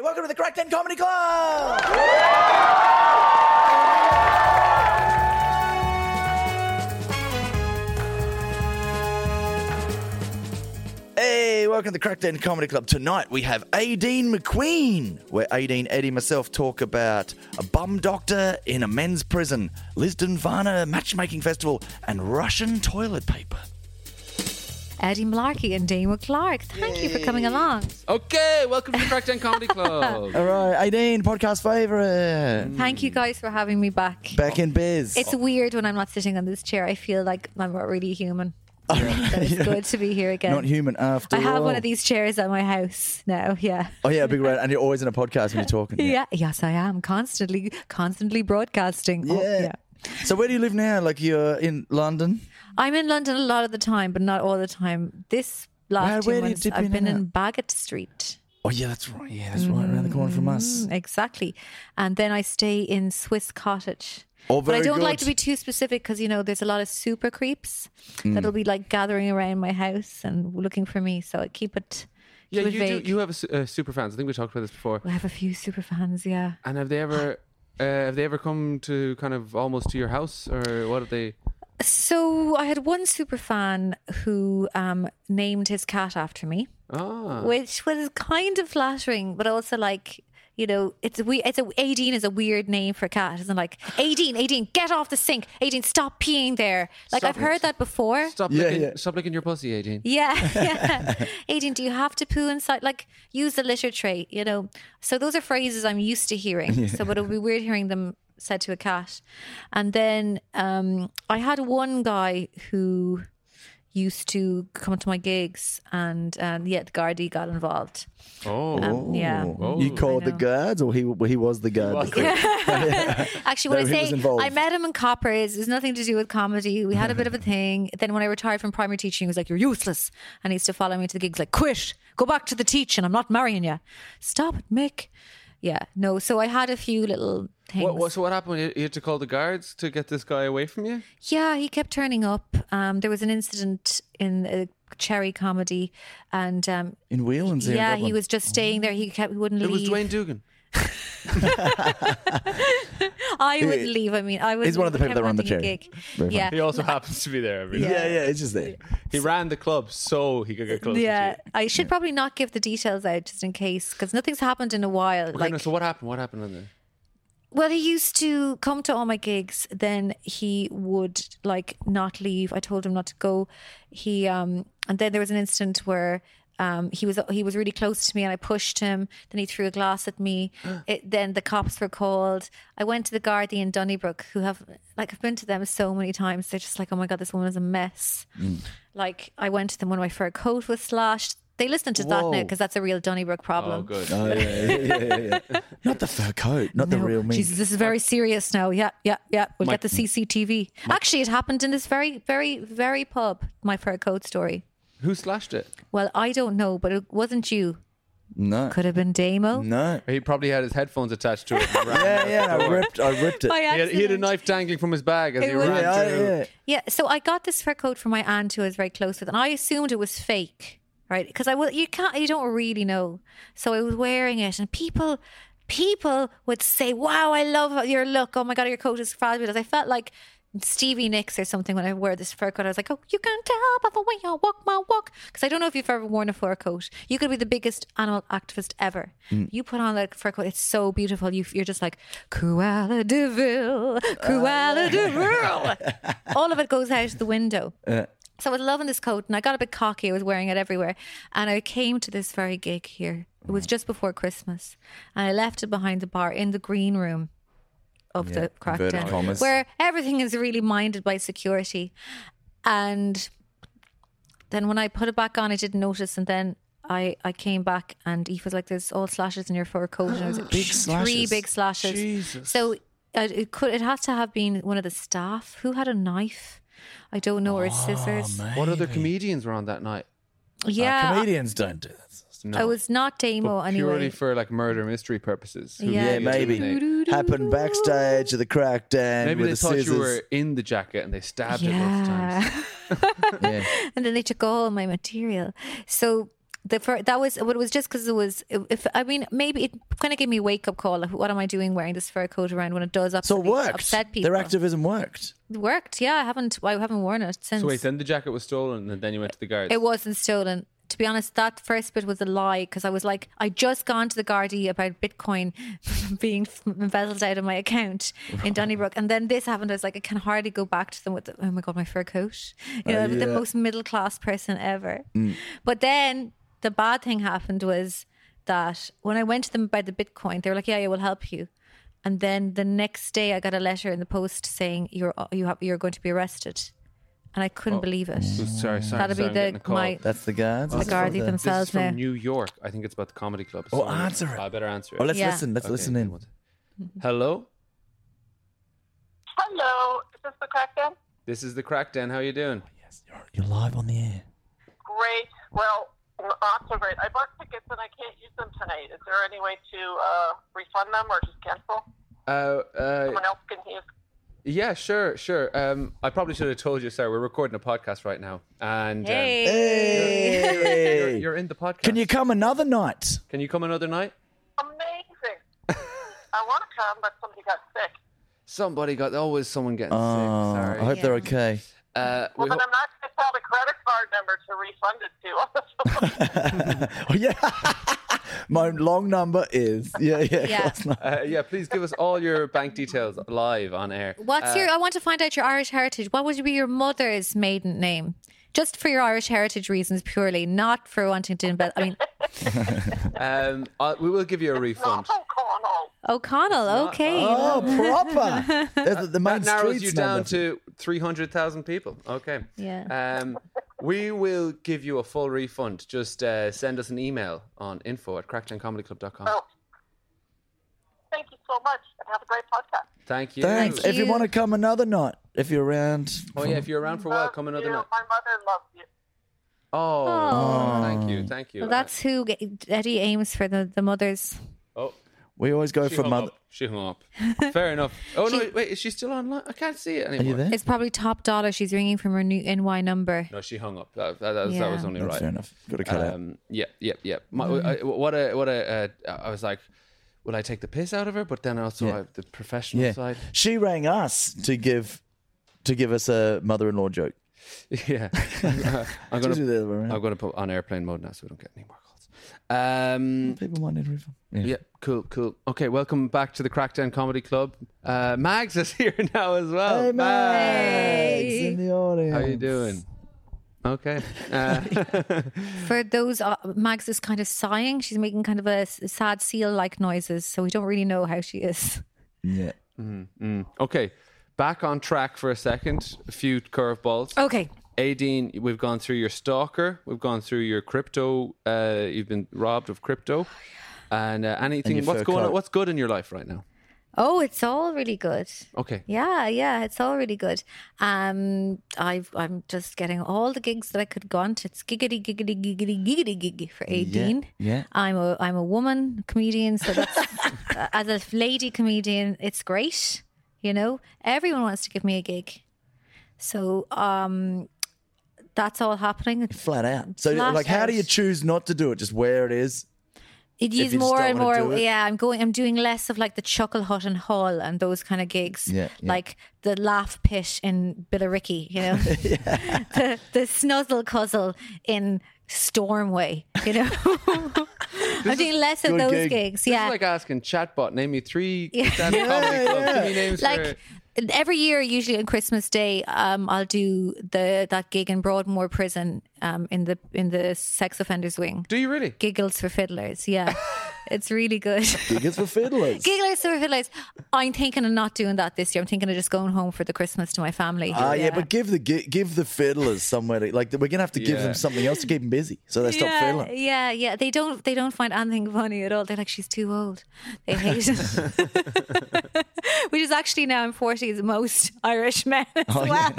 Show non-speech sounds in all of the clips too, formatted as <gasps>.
Welcome to the Cracked End Comedy Club! Hey, welcome to the Cracked End Comedy Club. Tonight we have Adine McQueen, where Adine, Eddie, and myself talk about a bum doctor in a men's prison, Lisden Varna Matchmaking Festival, and Russian toilet paper. Eddie Malarkey and Daniel Clark. Thank you for coming along. Okay, welcome to the Crackdown <laughs> Comedy Club. All right, Adine, podcast favorite. Thank you guys for having me back. Back in biz. It's weird when I'm not sitting on this chair. I feel like I'm not <laughs> really human. But it's good to be here again. Not human after I have all. one of these chairs at my house now. Yeah. Oh yeah, a big red, and you're always in a podcast when you're talking. Yeah. Yes, I am constantly, constantly broadcasting. Yeah. Oh, yeah. So where do you live now? Like you're in London. I'm in London a lot of the time, but not all the time. This Where- last where two do you months, dip in I've been and in Bagot Street. Oh yeah, that's right. Yeah, that's right around the corner from us. Mm, Exactly. And then I stay in Swiss Cottage. Oh, but I very don't like good. to be too specific because, you know, there's a lot of super creeps Mm. that'll be like gathering around my house and looking for me. So I keep it, yeah, keep it you do, vague. you have a, su- uh, super fans. I think we talked about this before. I have a few super fans, yeah. And have they ever, uh, Uh-huh. have they ever come to kind of almost to your house, or what have they? So I had one super fan who um, named his cat after me, Ah, which was kind of flattering, but also like, you know, it's a we. It's a Aideen is a weird name for a cat, isn't it? Like Aideen, Aideen, get off the sink, Aideen, stop peeing there. Like Stop I've it. heard that before. stop Yeah, licking, yeah. stop licking your pussy, Adrian. <laughs> Yeah, yeah. Aiden, do you have to poo inside? Like, use the litter tray, you know? So, those are phrases I'm used to hearing. So, but it would be weird hearing them said to a cat. And then um, I had one guy who used to come to my gigs, and um, yeah, the Gardaí got involved. Oh, Um, yeah. Oh, you called the know. guards, or he he was the guard. was the creep? Actually, when No, I he was say involved. I met him in Coppers, there's nothing to do with comedy. We had a <laughs> bit of a thing. Then when I retired from primary teaching, he was like, "You're useless," and he used to follow me to the gigs, like, "Quit, go back to the teaching. I'm not marrying you. Stop it, Mick." Yeah, no. So I had a few little things. What, what, so what happened? You- You had to call the guards to get this guy away from you. Yeah, he kept turning up. Um, there was an incident in a cherry comedy, and um, in Wheelands. here in yeah, he Dublin. was just staying there. He kept he wouldn't It was leave. Dwayne Dugan. I would leave. I mean, I would. He's one of the leave. I people that run kept the having a chair. gig. Very funny. Yeah, He also happens to be there every Yeah, day. yeah, it's just <laughs> there. He ran the club so he could get close Yeah, to you. I should probably not give the details out just in case because nothing's happened in a while. Okay, like, no, so what happened? What happened on there? well, he used to come to all my gigs. Then he would like not leave. I told him not to go. He um, and then there was an incident where. Um, he was he was really close to me, and I pushed him. Then he threw a glass <gasps> at me. It, then the cops were called. I went to the Gardaí in Donnybrook, who have like I've been to them so many times. They're just like, oh my god, this woman is a mess. Mm. Like I went to them when my fur coat was slashed. They listen to that now Whoa. because that's a real Donnybrook problem. Oh, good. Oh, yeah, yeah, yeah, yeah, yeah. Not the fur coat, not the No, real me. Jesus, this is very serious now. Yeah, yeah, yeah. We'll get the CCTV. Actually, it happened in this very, very, very pub, my fur coat story. Who slashed it? Well, I don't know, but it wasn't you. No, Could have been Damo. no. He probably had his headphones attached to it. and <laughs> ran Yeah, out yeah. the I door. ripped, I ripped it. By He had, he had a accident. knife dangling from his bag as It he was- ran Yeah, I- through. yeah. Yeah, so I got this fur coat from my aunt who I was very close with, and I assumed it was fake, right? Because I was you can't you don't really know. So I was wearing it, and people people would say, "Wow, I love your look! Oh my god, your coat is fabulous!" I felt like Stevie Nicks or something when I wore this fur coat. I was like, "Oh, you can tell by the way I walk my walk," because I don't know if you've ever worn a fur coat. You could be the biggest animal activist ever. You put on that fur coat; it's so beautiful. You, you're just like Cruella de Vil, Cruella de Vil all of it goes out the window. Uh, So I was loving this coat and I got a bit cocky. I was wearing it everywhere. And I came to this very gig here. It was just before Christmas. And I left it behind the bar in the green room of the inverted crackdown, commas. where everything is really minded by security. And then when I put it back on, I didn't notice. And then I, I came back and Eve was like, there's all slashes in your fur coat. And I was <gasps> like, Big three slashes. big slashes. Jesus. So uh, it could it has to have been one of the staff who had a knife. I don't know, or it's scissors. What other comedians were on that night? Yeah, I- Comedians don't do this. No. I was not Damo Purely anyway. for like murder mystery purposes. Who Yeah. Yeah, really didn't maybe happened backstage at the they? crackdown Maybe with they the thought scissors. you were in the jacket and they <laughs> stabbed it lots of times. <laughs> yeah, yeah. and then they took all my material. So The fir- that was, but it was just because it was. If I mean, maybe it kind of gave me a wake up call. Like, what am I doing wearing this fur coat around when it does So it absolutely worked. upset people? Their activism worked. It worked. Yeah, I haven't. I haven't worn it since. So <laughs> wait, then the jacket was stolen, and then you went to the guards. It wasn't stolen. To be honest, that first bit was a lie because I was like, I just gone to the Guardi about Bitcoin <laughs> being embezzled out of my account in Donnybrook, and then this happened. I was like, I can hardly go back to them with, the, oh my god, my fur coat. You know, Uh, I'm the yeah. Mm. most middle class person ever. But then the bad thing happened was that when I went to them about the Bitcoin, they were like, yeah, yeah, we'll help you. And then the next day, I got a letter in the post saying you're uh, you have, you're going to be arrested, and I couldn't Oh. believe it. So sorry, sorry, That'll sorry, be I'm getting the a call. my That's the guards. the That's guards for themselves This is from now. New York. I think it's about the comedy club. Oh, answer it. I better answer <laughs> it. Oh, let's Yeah. listen. Let's Okay, listen give me in. one sec. Hello, Hello, is this the Crackdown? this is the Crackdown. How you doing? You're, you're live on the air. Great. Well, not so great. I bought tickets and I can't use them tonight. Is there any way to uh, refund them or just cancel? Uh, uh, Someone else can use. yeah, sure, sure. Um, I probably should have told you. Sorry, we're recording a podcast right now, and um, Hey. you're, Hey. you're in the podcast. Can you come another night? Can you come another night? Amazing. <laughs> I want to come, but somebody got sick. Somebody got always someone getting Oh, sick. Sorry. I hope they're okay. uh, we Well, then hope- I'm not going to tell the credit card number to refund it to. <laughs> Oh yeah. <laughs> My long number is yeah yeah. Yeah. class nine. <laughs> uh, yeah, please give us all your bank details live on air. What's Uh, your? I want to find out your Irish heritage. What would be your mother's maiden name? Just for your Irish heritage reasons, purely, not for wanting to embed. <laughs> I mean, Um, i we will give you a <laughs> refund. Awful Cornell. O'Connell. okay. Oh <laughs> proper. There's the, the main That narrows streets you down number. to 300,000 people. Okay. Yeah. Um, we will give you a full refund. Just uh, send us an email on info at crackdowncomedyclub.com. Oh. Thank you so much, and have a great podcast. Thank you. Thanks. Thank if you you. want to come another night, if you're around. Oh, yeah, if you're around for a while, Love come another you. night. My mother loves you. Oh, Oh. thank you. Thank you. Well, that's who g- Eddie aims for the, the mothers. oh, We always go she for hung mother. up. She hung up. Fair enough. Oh, <laughs> no, She- wait, is she still online? I can't see it Are you anymore. there? It's probably top dollar. She's ringing from her new NY number. No, she hung up. That, that, that, was- that Yeah. was only That's right. fair enough. Got to cut out. Um, yeah, yeah, yeah. My, I, what a, what a. Uh, I was like, will I take the piss out of her? But then also Yeah. uh, the professional Yeah. side. <laughs> She rang us to give to give us a mother-in-law joke. <laughs> yeah, I'm It's usually gonna, the other way around. I'm gonna put on airplane mode now, so we don't get any more calls. Um, People might need a refund. yeah, cool, cool. Okay, welcome back to the Crackdown Comedy Club. Uh, Mags is <laughs> here now as well. Hey, Mags Hey. in the audience. how you doing? Okay. Uh, For those, uh, Mags is kind of sighing. She's making kind of a s- sad seal like noises. So we don't really know how she is. Yeah. okay, back on track for a second. A few curveballs. Oh. Okay. Aideen, we've gone through your stalker, we've gone through your crypto. Uh, you've been robbed of Oh, crypto, and uh, anything. your what's fur going on? coat. What's good in your life right now? Oh, it's all really good. Okay. Yeah, yeah, it's all really good. Um, I've I'm just getting all the gigs that I could go on to. It's giggity giggity giggity giggity gig for Aideen. yeah. I'm a I'm a woman comedian, so that's <laughs> as a lady comedian, it's great. You know, everyone wants to give me a gig, so um, that's all happening. Flat out. So, Flat like, how do out. you choose not to do it? Just where it is? It you is just more don't and wanna do more. it. Yeah, I'm going. I'm doing less of like the Chuckle Hut and Hall and those kind of gigs. Yeah, yeah. like the Laugh Pit in Billericay. <laughs> You know, <laughs> the, the Snuzzle Cuzzle in Stormway. <laughs> You know, I'm doing less of good those gig. gigs. It's Yeah, like asking chatbot, name me three Yeah. stand-up comedy clubs. <laughs> yeah. Give me names like every year usually on christmas day um i'll do the that gig in broadmoor prison um in the in the sex offenders wing Do you really? giggles for <laughs> fiddlers yeah it's really good Giggers for fiddlers. Gigglers for fiddlers. I'm thinking of not doing that this year. I'm thinking of just going home for the Christmas to my family. Ah, yeah. but give the gi- give the fiddlers somewhere to like. We're gonna have to give Yeah. them something else to keep them busy, so they stop yeah, fiddling. yeah, yeah. They don't. They don't find anything funny at all. They're like, she's too old. They <laughs> hate it. <laughs> Which is actually now in forties most Irish men as Oh, well,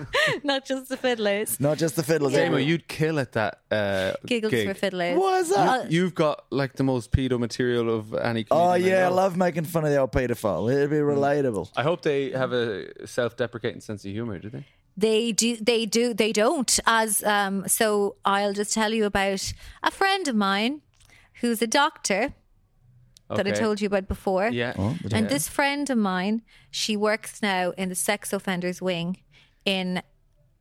<laughs> not just the fiddlers. Not just the fiddlers. Damo, everyone. you'd kill at that uh, Giggles gig. for Uh, fiddlers. What's up? You've got like the most pedo material of any. Oh comedian yeah, I know. love making fun of the old paedophile. It'd be relatable. I hope they have a self-deprecating sense of humor. Do they? They do, they do, they don't. As um, so, I'll just tell you about a friend of mine who's a doctor that I Okay. told you about before. Yeah. Oh, And this friend of mine, she works now in the sex offenders wing in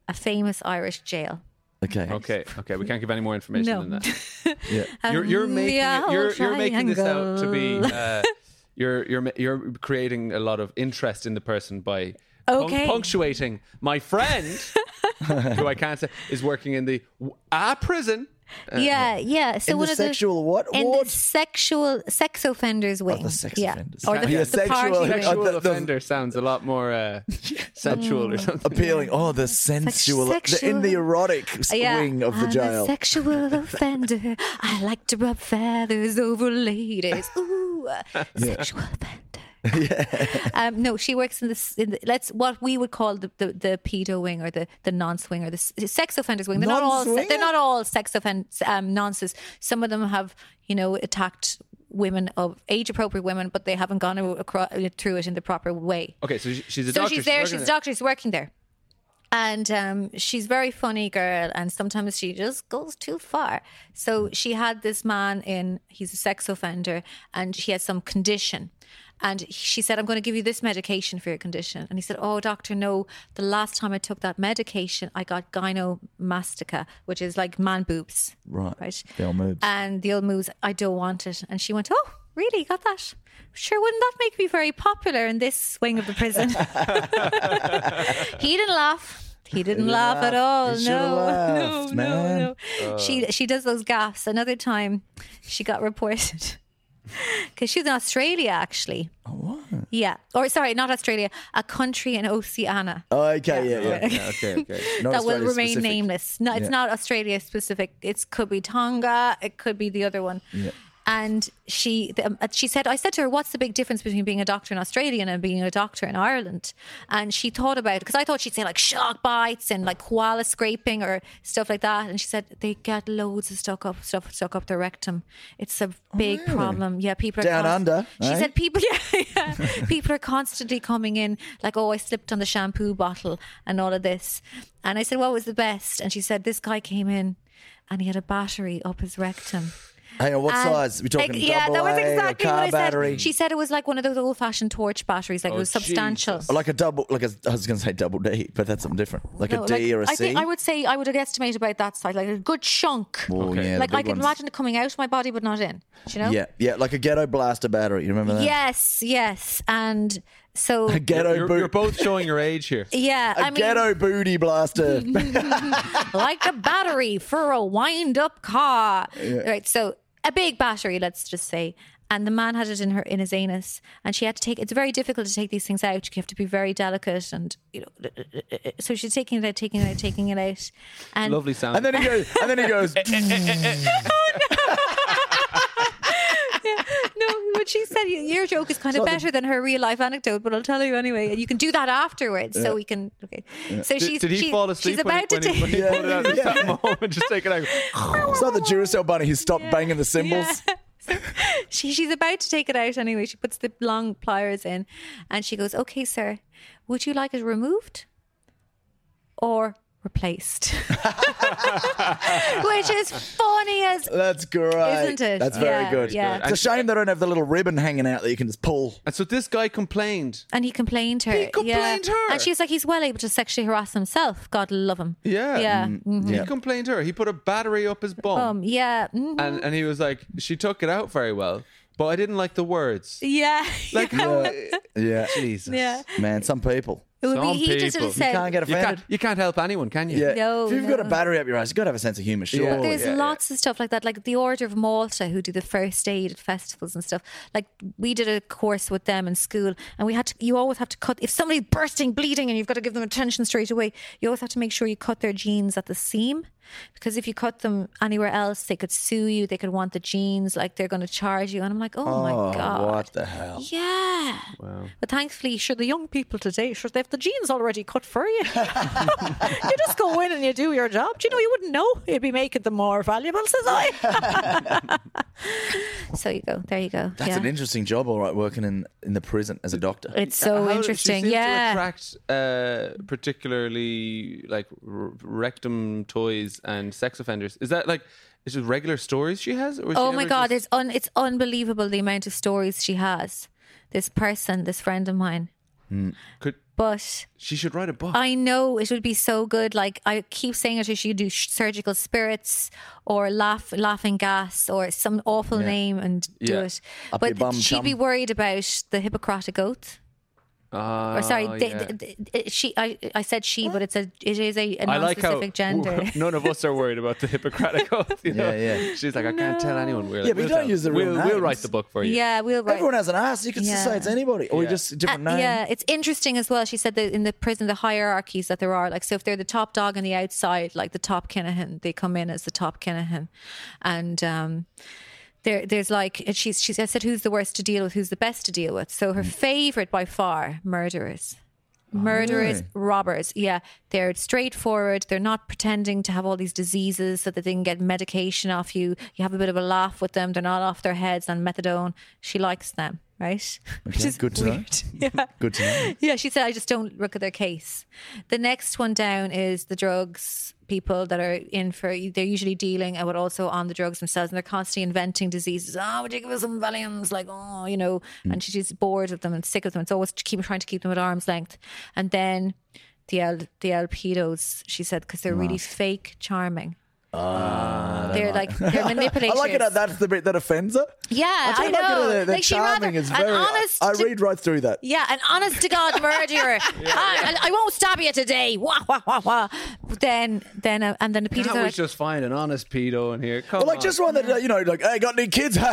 a famous Irish jail. Okay. Okay. Okay. We can't give any more information No. Um, than that. <laughs> Yeah. You're, you're making it, yeah, you're, you're making this out to be. triangle. Uh, <laughs> you're you're ma- you're creating a lot of interest in the person by. pun- Okay. punctuating my <laughs> friend, who I can't say is working in the w- ah prison. yeah, yeah. So Uh, In the one of sexual what In ward? the sexual sex offenders wing. the sex yeah. offenders. Or the, Yeah, the sexual- party wing. Sexual- Sexual the- the- offender sounds a lot more <laughs> uh, sensual Mm. or something. Appealing. Oh, the sensual, the, in the sexual- erotic Yeah. Ah, swing of the I'm jail. A <laughs> sexual offender. I like to rub feathers over <laughs> ladies. Ooh, uh, sexual offender. um, no, she works in this. In the, let's what we would call the, the, the pedo wing or the, the non swing or the s- sex offenders wing. They're not all se- Non-swinger? they're not all sex offenders um, nonsense. Some of them have you know attacked women of age appropriate women, but they haven't gone across, through it in the proper way <laughs> Okay, so she- she's a so doctor. she's there. She's working a doctor. She's working there, and um, she's a very funny girl. And sometimes she just goes too far. So she had this man in. He's a sex offender, and he has some condition. And she said, "I'm going to give you this medication for your condition." And he said, "Oh, doctor, no. The last time I took that medication, I got gynomastica, which is like man boobs, Right. Right? The old moves. And the old moves. I don't want it." And she went, "Oh." Really, you got that? Sure, wouldn't that make me very popular in this swing of the prison? <laughs> He didn't laugh. He didn't, laugh, at all. He shoulda no, laughed, no, man. Uh. no, no. she she does those gaffes. Another time, she got reported <laughs> because she's in Australia actually. Oh, wow. Yeah, or sorry, not Australia, a country in Oceania Oh, okay. Yeah. Yeah. <laughs> there. Yeah, okay, okay. Not that will Australia remain specific. nameless. No, it's Yeah. not Australia specific. It could be Tonga. It could be the other one. And she, the, um, she said, I said to her, "What's the big difference between being a doctor in Australia and being a doctor in Ireland?" And she thought about it because I thought she'd say like shark bites and like koala scraping or stuff like that. And she said they get loads of stuck up stuff stuck up their rectum. It's a big Oh, really? problem. Yeah, people are Down under, She eh? said people <laughs> yeah, yeah. people are constantly coming in like oh i slipped on the shampoo bottle and all of this and i said what was the best and she said this guy came in and he had a battery up his rectum Hang on. What And- size? We're talking Like, double yeah that A, was a exactly car what i battery. said she said it was like one of those old-fashioned torch batteries like it Oh, was substantial Jesus. like a double, like a, I was going to say double D, but that's something different. Like No, a D like, or a C. I think I would say I would estimate about that size, like a good chunk. Oh, yeah, the like I big could ones. imagine it coming out of my body, but not in. do You know? Yeah, yeah, like a ghetto blaster battery. You remember that? Yes, yes, and so A ghetto You're, boot. you're both showing your age here. yeah. a I mean, ghetto booty blaster. like a battery for a wind up car. Right. So a big battery, let's just say. And the man had it in her in his anus, and she had to take. It's very difficult to take these things out. You have to be very delicate, and you know. uh, So she's taking it out, taking it out, taking it out, and <laughs> Lovely sound. and then he goes, and then he <laughs> goes, no, what she said, your joke is kind of better than her real life anecdote, but I'll tell you anyway. And you can do that afterwards, so we can. Okay. So did, she's did he she- fall asleep She's when, about he, when, to he, when take. he Yeah. <laughs> pulled it out? Just Yeah. that moment, just take it out. it's not the Duracell bunny. He stopped banging the cymbals. she, she's about to take it out anyway. She puts the long pliers in and she goes, Okay, sir, would you like it removed or replaced? <laughs> Which is funny as. That's great, Isn't it? That's very Yeah, good. yeah. It's a shame they don't have the little ribbon hanging out that you can just pull. And so this guy complained. And he complained to her. He complained yeah. to her. And she's like, he's well able to sexually harass himself. God love him. Yeah. Yeah. Mm-hmm. Mhm. He complained to her. He put a battery up his bum. Um, yeah. mhm. and, and he was like, she took it out very well, but I didn't like the words. yeah. <laughs> Like, Yeah, Jesus. Yeah. man, some people It would be, Some he just sort people. You of said, you can't get You offended. can't, you can't help anyone, can you? yeah, No, if you've no. got a battery up your ass, you have got to have a sense of humor. Sure, Yeah. There's lots of stuff like that, like the Order of Malta, who do the first aid at festivals and stuff. Like we did a course with them in school, and we had to. You always have to cut if somebody's bursting, bleeding, and you've got to give them attention straight away. You always have to make sure you cut their jeans at the seam, because if you cut them anywhere else, they could sue you. They could want the jeans, like they're going to charge you. And I'm like, oh, Oh, my god. what the hell? Yeah. But thankfully, sure, the young people today, sure, they have the the gene's already cut for <laughs> you. you just go in and you do your job. Do you know you wouldn't know? You'd be making them more valuable, says I. <laughs> So you go. There you go. That's yeah. an interesting job, all right, working in, in the prison as a doctor. It's so How- she interesting. seems to Yeah. attract uh, particularly like r- rectum toys and sex offenders. Is that like is it regular stories she has? Or is Oh she my ever god, just- it's un- it's unbelievable the amount of stories she has. This person, this friend of mine. could But she should write a book? I know it would be so good. Like I keep saying it, she should do sh- surgical spirits or laugh, laughing gas or some awful name and do Yeah. it. Up your but bum, she'd be chum. worried about the Hippocratic oath. Ah, Or sorry, the- yeah. the- the- she. I, I said she, but it's a it is a, a I like how non-specific <laughs> gender. none of us are worried about the Hippocratic Oath. you know? Yeah, yeah. She's like, I can't tell anyone. We're like, Yeah, but you we'll don't tell- use the real we'll, we'll write names. the book for you. yeah, we'll. write- Everyone has an ass. You can just say Yeah. it's anybody, or you just a different Uh, name. Yeah, it's interesting as well. She said that in the prison, the hierarchies that there are, like, so if they're the top dog on the outside, like the top Kinahan, they come in as the top Kinahan. And, um, there, there's like and she's she said who's the worst to deal with who's the best to deal with so her Hmm. favorite by far murderers Oh, murderers robbers yeah they're straightforward they're not pretending to have all these diseases so that they can get medication off you you have a bit of a laugh with them they're not off their heads on methadone she likes them right <laughs> which Okay, is good to know. weird. <laughs> yeah Good to know. <laughs> yeah, she said, I just don't look at their case. The next one down is the drugs people that are in for, they're usually dealing and but also on the drugs themselves and they're constantly inventing diseases. Oh, would you give us some Valiums? Like, oh, you know, Hmm. and she's bored of them and sick of them. It's always to keep trying to keep them at arm's length. And then the L, the L pedos, she said, because they're Ah. really fake charming. they're <laughs> like, they're I manipulators. like it. that That's the bit that offends her. Yeah, do I like it, know. that- that Like, she charming rather- is an very. honest I to- read right through that. Yeah, an honest to God <laughs> murderer. I, I, I won't stab you today. Wah wah wah wah. But then, then, uh, and then the Peter's Can't are we like, just find an honest pedo in here? Come Well, like on. just one that uh, you know, like, hey, got any kids? <laughs> All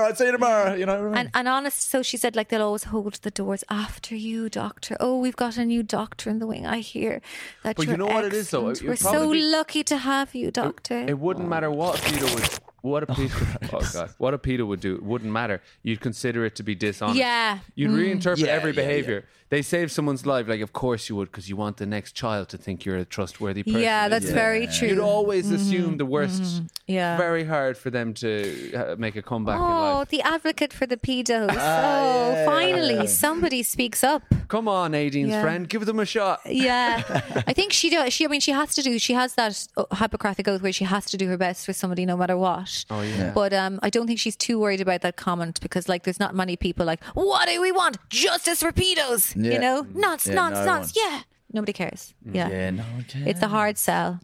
right, see you tomorrow. You know what I mean? and, and honest. So she said, like they'll always hold the doors after you, doctor. Oh, we've got a new doctor in the wing. I hear that. But you you're know what it is, though? excellent. It- it We're so probably be- lucky to have you, doctor. It wouldn't matter what a pedo would. What a <laughs> pedo! Oh, god! What a pedo would do. It wouldn't matter. You'd consider it to be dishonest. Yeah. Mm. You'd reinterpret Yeah, every yeah, yeah. behavior. They save someone's life. Like, of course you would, because you want the next child to think you're a trustworthy person. yeah, that's isn't it? very true. Mm-hmm. You'd always assume the worst. Yeah. Very hard for them to uh, make a comeback in Oh, life. Ah, the advocate for the pedos. oh, yeah, yeah, finally, somebody speaks up. Come on, Aideen's Yeah. friend, give them a shot. Yeah, I think she does. She, I mean, she has to do. She has that uh, Hippocratic oath where she has to do her best for somebody, no matter what. Oh yeah. But um, I don't think she's too worried about that comment because, like, there's not many people like, "What do we want? Justice for pedos?" Yeah. Mm. You know, nonce, Yeah, nonce, no nonce. Yeah, nobody cares. Yeah. yeah, no one cares. It's a hard sell.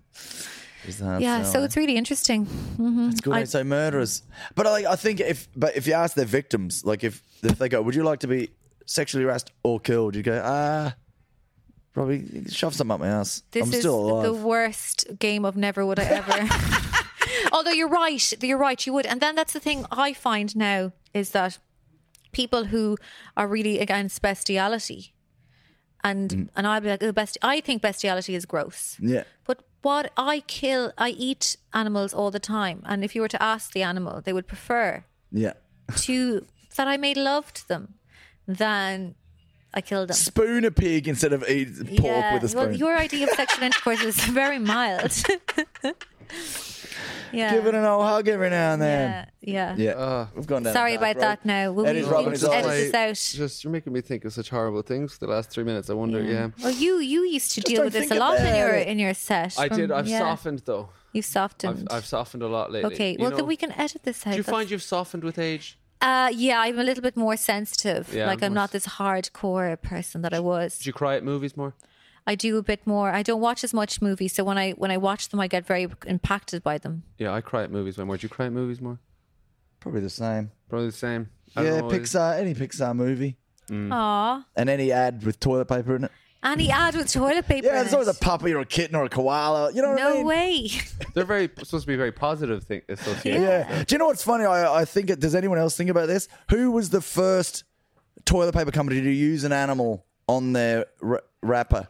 It's a hard Yeah, sell, so eh? it's really interesting. It's good. eh? so murderers, but I, I think if but if you ask their victims, like if if they go, would you like to be sexually harassed or killed? You go, ah, probably shove something up my ass. This I'm is still alive. the worst game of never would I ever. <laughs> Although you're right, you're right, you would. And then that's the thing I find now is that people who are really against bestiality, and Mm. and I'll be like, oh, best. I think bestiality is gross. yeah, But what I kill, I eat animals all the time, and if you were to ask the animal, they would <laughs> prefer yeah. to that I made love to them than I killed them. Spoon a pig instead of eat pork with a spoon. Well, your idea of <laughs> sexual intercourse is very mild. yeah. Give it an old hug every now and then. yeah. Yeah. Yeah, we've gone down. Sorry a bad about that now. We'll That we is we'll rubbing edit his eyes. this out. Just you're making me think of such horrible things for the last three minutes. I wonder, yeah. Well, you you used to deal don't with this a think lot in about your it. in your set. I did. From- I've yeah. softened though. You've I've, softened. I've softened a lot lately. okay. You well, know, then we can edit this out. Do you That's- find you've softened with age? Uh, yeah, I'm a little bit more sensitive. Yeah, like I'm I'm more not this hardcore person that I was. Do you cry at movies more? I do a bit more. I don't watch as much movies, so when I when I watch them, I get very impacted by them. Yeah, I cry at movies way more. Do you cry at movies more? Probably the same. Probably the same. I don't Yeah, know what it is. Pixar, any Pixar movie, Hmm. Aw, and any ad with toilet paper in it. and he add with toilet paper. Yeah, in there's always it. a puppy or a kitten or a koala. You know what I No mean? way. <laughs> They're very supposed to be very positive thing uh, associated. Yeah. Do you know what's funny? I, I think. It, does anyone else think about this? Who was the first toilet paper company to use an animal on their r- wrapper?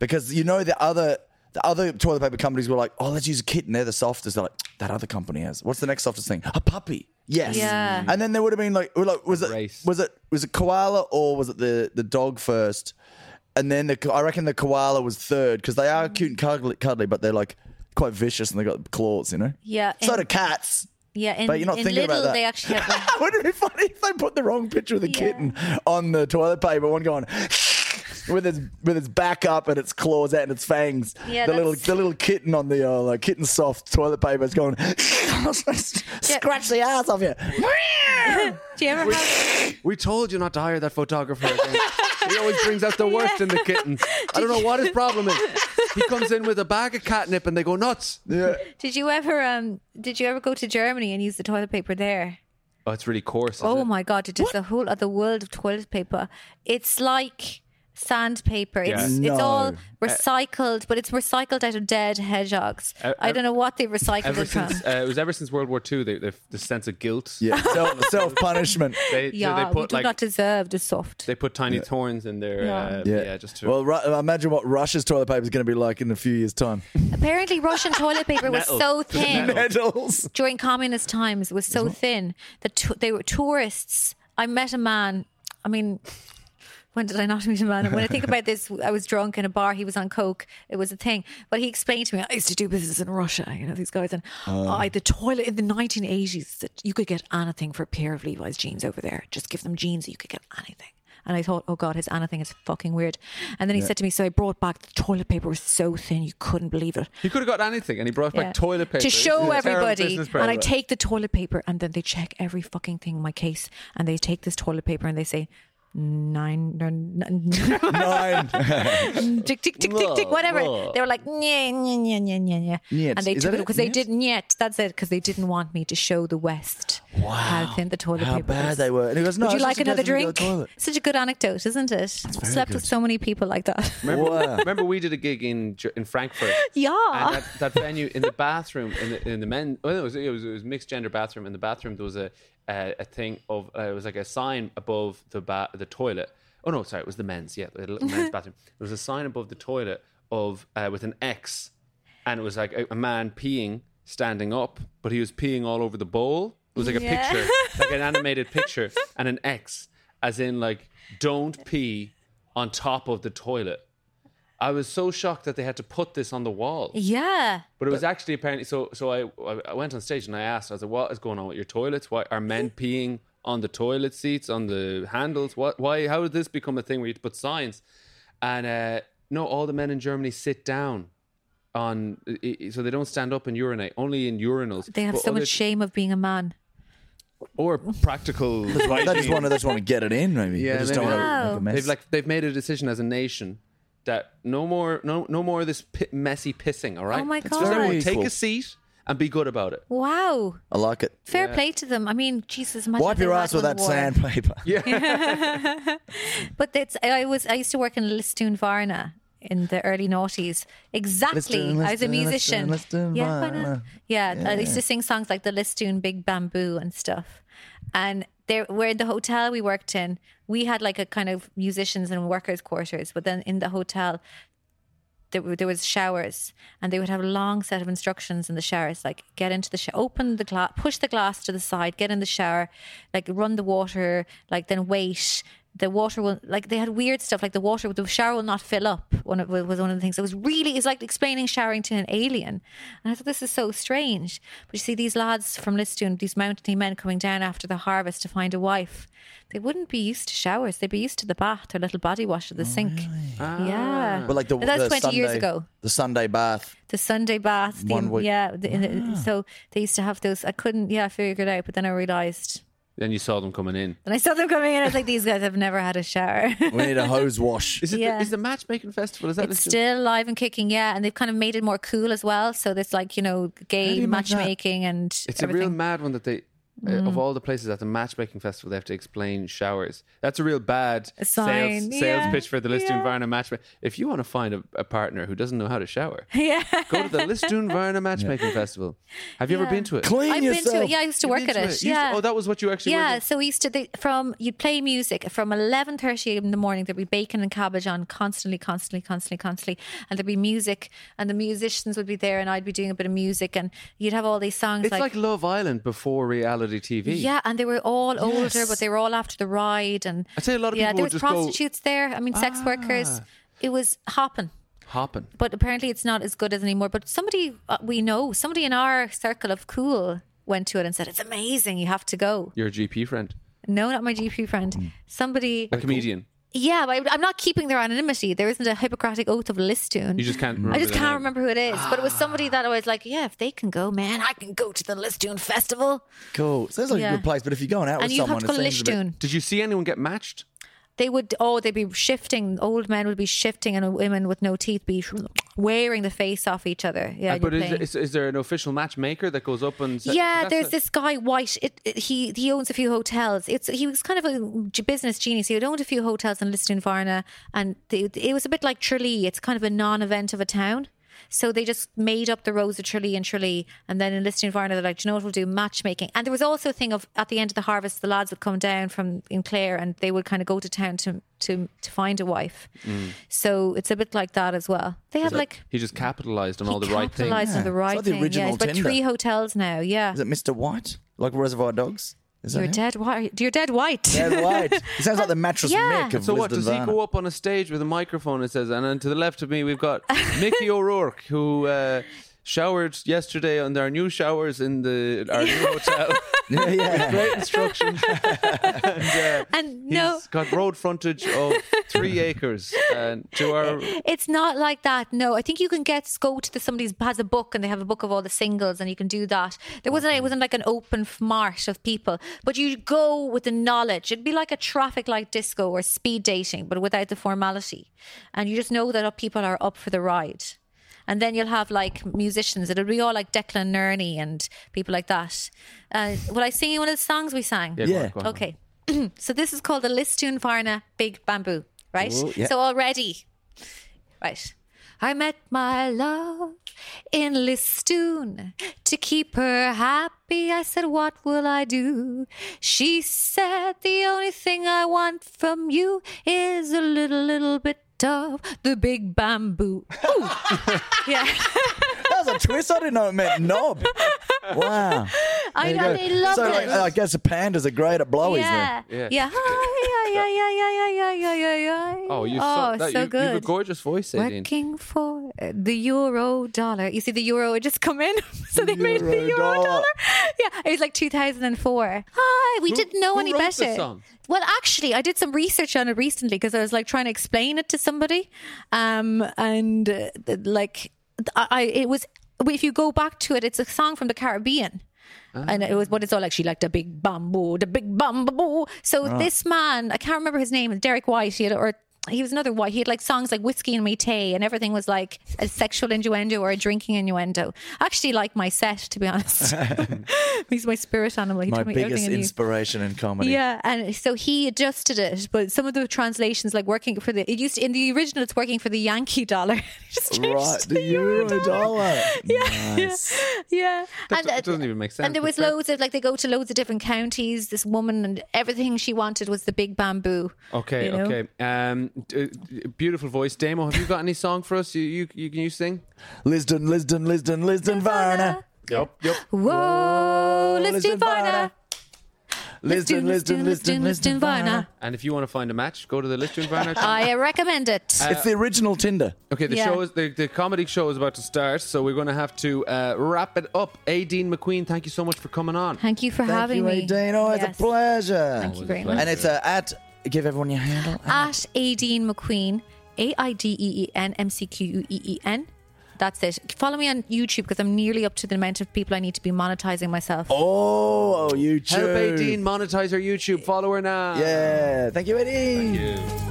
Because you know the other the other toilet paper companies were like, oh, let's use a kitten. They're the softest. They're like that other company has. What's the next softest thing? A puppy. Yes. Yeah. And then there would have been like, like was it Race. was it was it koala or was it the the dog first? and then the, ko- I reckon the koala was third because they are cute and cuddly, cuddly, but they're like quite vicious and they got claws, you know. Yeah, So and- do cats. Yeah, in, But you're not in thinking about Lidl that. they actually have <laughs> like, Wouldn't it be funny if they put the wrong picture of the Yeah. kitten on the toilet paper? One going with its with its back up and its claws out and its fangs. Yeah, the little that's- the little kitten on the uh, like kitten soft toilet paper is <laughs> going scratch the ass off you. do you ever have We told you not to hire that photographer. again. he always brings out the worst in the <laughs> kitten. I don't know what his problem is. He comes in with a bag of catnip and they go nuts. <laughs> yeah. did you ever um did you ever go to Germany and use the toilet paper there? Oh, it's really coarse. Oh isn't it? my god, it is a whole other world of toilet paper. It's like sandpaper. It's Yeah. it's all Uh, No. recycled, but it's recycled out of dead hedgehogs. Uh, I don't know what they recycled Ever it from. since uh, it was ever since World War II, they, they, the sense of guilt. Yeah, self self punishment. They, so yeah, they we put do like not deserve the soft. they put tiny thorns in their Yeah. yeah, uh, yeah. Yeah. just to well, Ru- uh, imagine what Russia's toilet paper is going to be like in a few years' time. Apparently, Russian toilet paper was Nettle. so thin. Medals. during communist times was so thin that t- they were tourists. I met a man. I mean, when did I not meet a man? When I think about this, I was drunk in a bar. He was on coke. It was a thing. But he explained to me, I used to do business in Russia. You know these guys, and I, the toilet in the 1980s that you could get anything for a pair of Levi's jeans over there. Just give them jeans, you could get anything. And I thought, oh God, his anything is fucking weird. And then he said to me, so I brought back the toilet paper was so thin you couldn't believe it. he could have got anything, and he brought Yeah. back toilet paper to It's show a terrible everybody. business And I practice. take the toilet paper, and then they check every fucking thing in my case, and they take this toilet paper and they say nine, nine, nine <laughs> Nine. <laughs> tick, tick, tick, tick, tick, whatever. Look. They were like yeah, yeah, yeah, yeah, yeah, yeah, Nyet. and they Is took that it it? because they Nyet? didn't yet. That's it because they didn't want me to show the West how thin the toilet How paper bad was. they were. And he goes, no, Would you it's like just in another case we go to drink? the toilet. <laughs> Such a good anecdote, isn't it? Slept with so many people like that. Remember, Wow. remember we did a gig in Ger- in Frankfurt. <laughs> Yeah. And that, that venue in the bathroom in the in the men. Well, it was it was, it was mixed gender bathroom. In the bathroom there was a uh, a thing of uh, it was like a sign above the ba- the toilet. Oh no, sorry, it was the men's. Yeah, the little men's bathroom. There was a sign above the toilet of uh, with an X, and it was like a, a man peeing standing up, but he was peeing all over the bowl. It was like a Yeah. picture, like an animated picture, and an X, as in like don't pee on top of the toilet. I was so shocked that they had to put this on the wall. yeah. But it was actually apparently so. So I I- I went on stage and I asked. I was like, "What is going on with your toilets? Why <laughs> are men peeing on the toilet seats, on the handles? What? Why? How did this become a thing where you put signs?" And uh, no, all the men in Germany sit down on, i- i- so they don't stand up and urinate. Only in urinals. They have But so other- much shame of being a man. or <laughs> practical. They just want to, they just want to get it in, maybe. they Yeah, just maybe. don't want to Wow. make a mess. They've like they've made a decision as a nation that no more no no more of this pi messy pissing. All right. Oh my That's very God. cool. Take a seat and be good about it. Wow. I like it. Fair play to them. I mean, Jesus, imagine Wipe if they your were ass like with on that the war. sandpaper. Yeah. But that's I was I used to work in Listoon Varna in the early noughties. Exactly, Listoon, I was a Listoon, musician. Listoon, Listoon yeah, Varna. Varna. yeah, I used to sing songs like the Listoon Big Bamboo and stuff. And there, where the hotel we worked in, we had like a kind of musicians and workers' quarters. But then in the hotel, there, were- there was showers and they would have a long set of instructions in the showers like get into the shower open the glass push the glass to the side get in the shower like run the water like then wait the water will like they had weird stuff like the water the shower will not fill up one of, was one of the things it was really it's like explaining showering to an alien and I thought this is so strange but you see these lads from Listoon these mountainy men coming down after the harvest to find a wife they wouldn't be used to showers they'd be used to the bath or little body wash at the sink yeah But like the, That's the 20 Sunday, years ago The Sunday bath. the Sunday bath. The, One week. Yeah. The, the- So they used to have those. I couldn't, yeah, I figured it out, but then I realized. Then you saw them coming in. Then I saw them coming in. I was like, these guys have never had a shower. <laughs> We need a hose wash. Is it Yeah. the, is the matchmaking festival? Is that it's legit? still live and kicking, yeah. And they've kind of made it more cool as well. So there's like, you know, gay matchmaking and It's everything. Mm. a real mad one that they. uh, Of all the places at the matchmaking festival, they have to explain showers. That's a real bad sign, sales, sales yeah, pitch for the Listoon yeah. Varna matchmaking. If you want to find a, a partner who doesn't know how to shower, <laughs> <laughs> yeah. go to the Listoon Varna matchmaking festival. Have you ever been to it? Clean I've yourself. been to it. Yeah, I used to You've work been at to it. You used to- Yeah. oh, that was what you actually. yeah, Were so we used to they, from you'd play music from eleven thirty in the morning. There'd be bacon and cabbage on constantly, constantly, constantly, constantly, and there'd be music, and the musicians would be there, and I'd be doing a bit of music, and you'd have all these songs it's like, Love Island before reality TV. yeah, and they were all older, but they were all after the ride, and I'd say a lot of yeah, people there would was just go- Ah. prostitutes there. I mean, sex workers. it was hopping. Hopping. but apparently it's not as good as anymore. But somebody uh, we know, somebody in our circle of cool went to it and said, It's amazing, you have to go. Your GP friend, No, not my GP Mm. friend. Somebody, a comedian. yeah, but I- I'm not keeping their anonymity. There isn't a Hippocratic oath of Listoon. You just can't. Remember I just their can't name. Ah. remember who it is, but it was somebody that I was like, yeah, if they can go, man, I can go to the Listoon Festival. Cool. Sounds like Yeah. a good place, but if you're going out And with you have someone, to go to it seems a bit- Listoon. Did you see anyone get matched? They would, oh, they'd be shifting. Old men would be shifting, and women with no teeth be wearing the face off each other. Yeah, and Uh, but you're is, playing. is, is there an official matchmaker that goes up and? sa- Yeah, that's there's a- this guy White. It, it- he he owns a few hotels. It's he was kind of a g- business genius. He had owned a few hotels in Liston Varna, and the, it was a bit like Tralee. It's kind of a non-event of a town. So they just made up the rows of Tralee and Tralee, and then in Liston Varna, they're like, "Do you know what we'll do? Matchmaking. And there was also a thing of at the end of the harvest, the lads would come down from in Clare, and they would kind of go to town to to to find a wife. Mm. So it's a bit like that as well. They have like. He just capitalized on He all the right things. capitalised on the right like the thing. yeah, original he's got Tinder. three hotels now. Yeah, Is it Mr. White? Like Reservoir Dogs? Is that you're him? dead white. You're dead white. Dead White. He sounds like the mattress Yeah. Mick of So what does he Lisdonvarna. go up on a stage with a microphone and says, and then to the left of me we've <laughs> got Mickey O'Rourke who uh, showered yesterday on our new showers in the our <laughs> new hotel. <laughs> Yeah, yeah. Great instruction. and uh, <laughs> and he's no, got road frontage of <laughs> three acres. And to our it's not like that. No, I think you can get go to the, somebody's has a book and they have a book of all the singles and you can do that. There wasn't it wasn't like an open f- mart of people, but you go with the knowledge. It'd be like a traffic light disco or speed dating, but without the formality, and you just know that people are up for the ride. And then you'll have like musicians. It'll be all like Declan Nerney and people like that. Uh, will I sing you one of the songs we sang? go Yeah. on, go on. Okay. <clears throat> so this is called the Listoon Varna Big Bamboo, right? Ooh, yeah. So already, right. I met my love in Listoon. To keep her happy, I said, What will I do? She said, The only thing I want from you is a little, little bit of the big bamboo. Ooh. <laughs> yeah. That was a twist. I didn't know it <laughs> meant knob. Wow. I There know you they go. love so, uh, it. like, I guess the pandas are great at blowies yeah. Yeah. Yeah. Yeah. Hi, yeah. Yeah. Yeah. Yeah. Yeah. Yeah. Yeah. Oh, you oh, that, so you, you have a good. gorgeous voice, Aideen. Working for uh, the euro dollar. You see, the euro had just come in, <laughs> so they made the Euro euro dollar. dollar. <laughs> Yeah, it was like 2004. Hi, we didn't know who any wrote the better. song? Well, actually, I did some research on it recently because I was like trying to explain it to somebody, um, and uh, th- like I, I, it was. If you go back to it, it's a song from the Caribbean. And it was what it's all like. She liked a big bamboo, the big bamboo. So Ah. this man, I can't remember his name, Derek White, he had, or he was another white. He had like songs like "Whiskey and Me Tay," and everything was like a sexual innuendo or a drinking innuendo. I actually like my set, to <laughs> be honest. <laughs> He's my spirit animal. He isn't it? told My me biggest everything I knew. inspiration in comedy. Yeah, and so he adjusted it, but some of the translations, like working for the, it used to, in the original, it's working for the Yankee dollar. <laughs> It just changed <laughs> Right, to the euro <laughs> dollar. Yeah, nice. yeah. That uh, do- doesn't even make sense. And there was That's- loads of like they go to loads of different counties. This woman and everything she wanted was the big bamboo. Okay, you know? okay. Um, d- d- beautiful voice, Damo. Have you got any song for us? You, you, you can you sing? Lisdon, Lisdon, Lisdon, Lisdon, Varna. Yep, yep. Whoa, Liston Varna. Lisdon, Lisdon, Lisdon, Lisdon, Varna. And if you want to find a match, go to the Lichtenstein <laughs> Varna. I recommend it. It's the original Tinder. Okay, the Yeah. show is the, the comedy show is about to start, so we're going to have to uh, wrap it up. Aideen McQueen, thank you so much for coming on. Thank you for Thank having you, me. Aideen. Oh, Yes. it's a pleasure. Thank you very much. And it's uh, at, give everyone your handle. At Aideen McQueen, A I D E E N M C Q U E E N. That's it. Follow me on YouTube because I'm nearly up to the amount of people I need to be monetizing myself. Oh, Help YouTube. Aideen monetize her YouTube. Follow her now. Yeah. Thank you, Eddie. Thank you.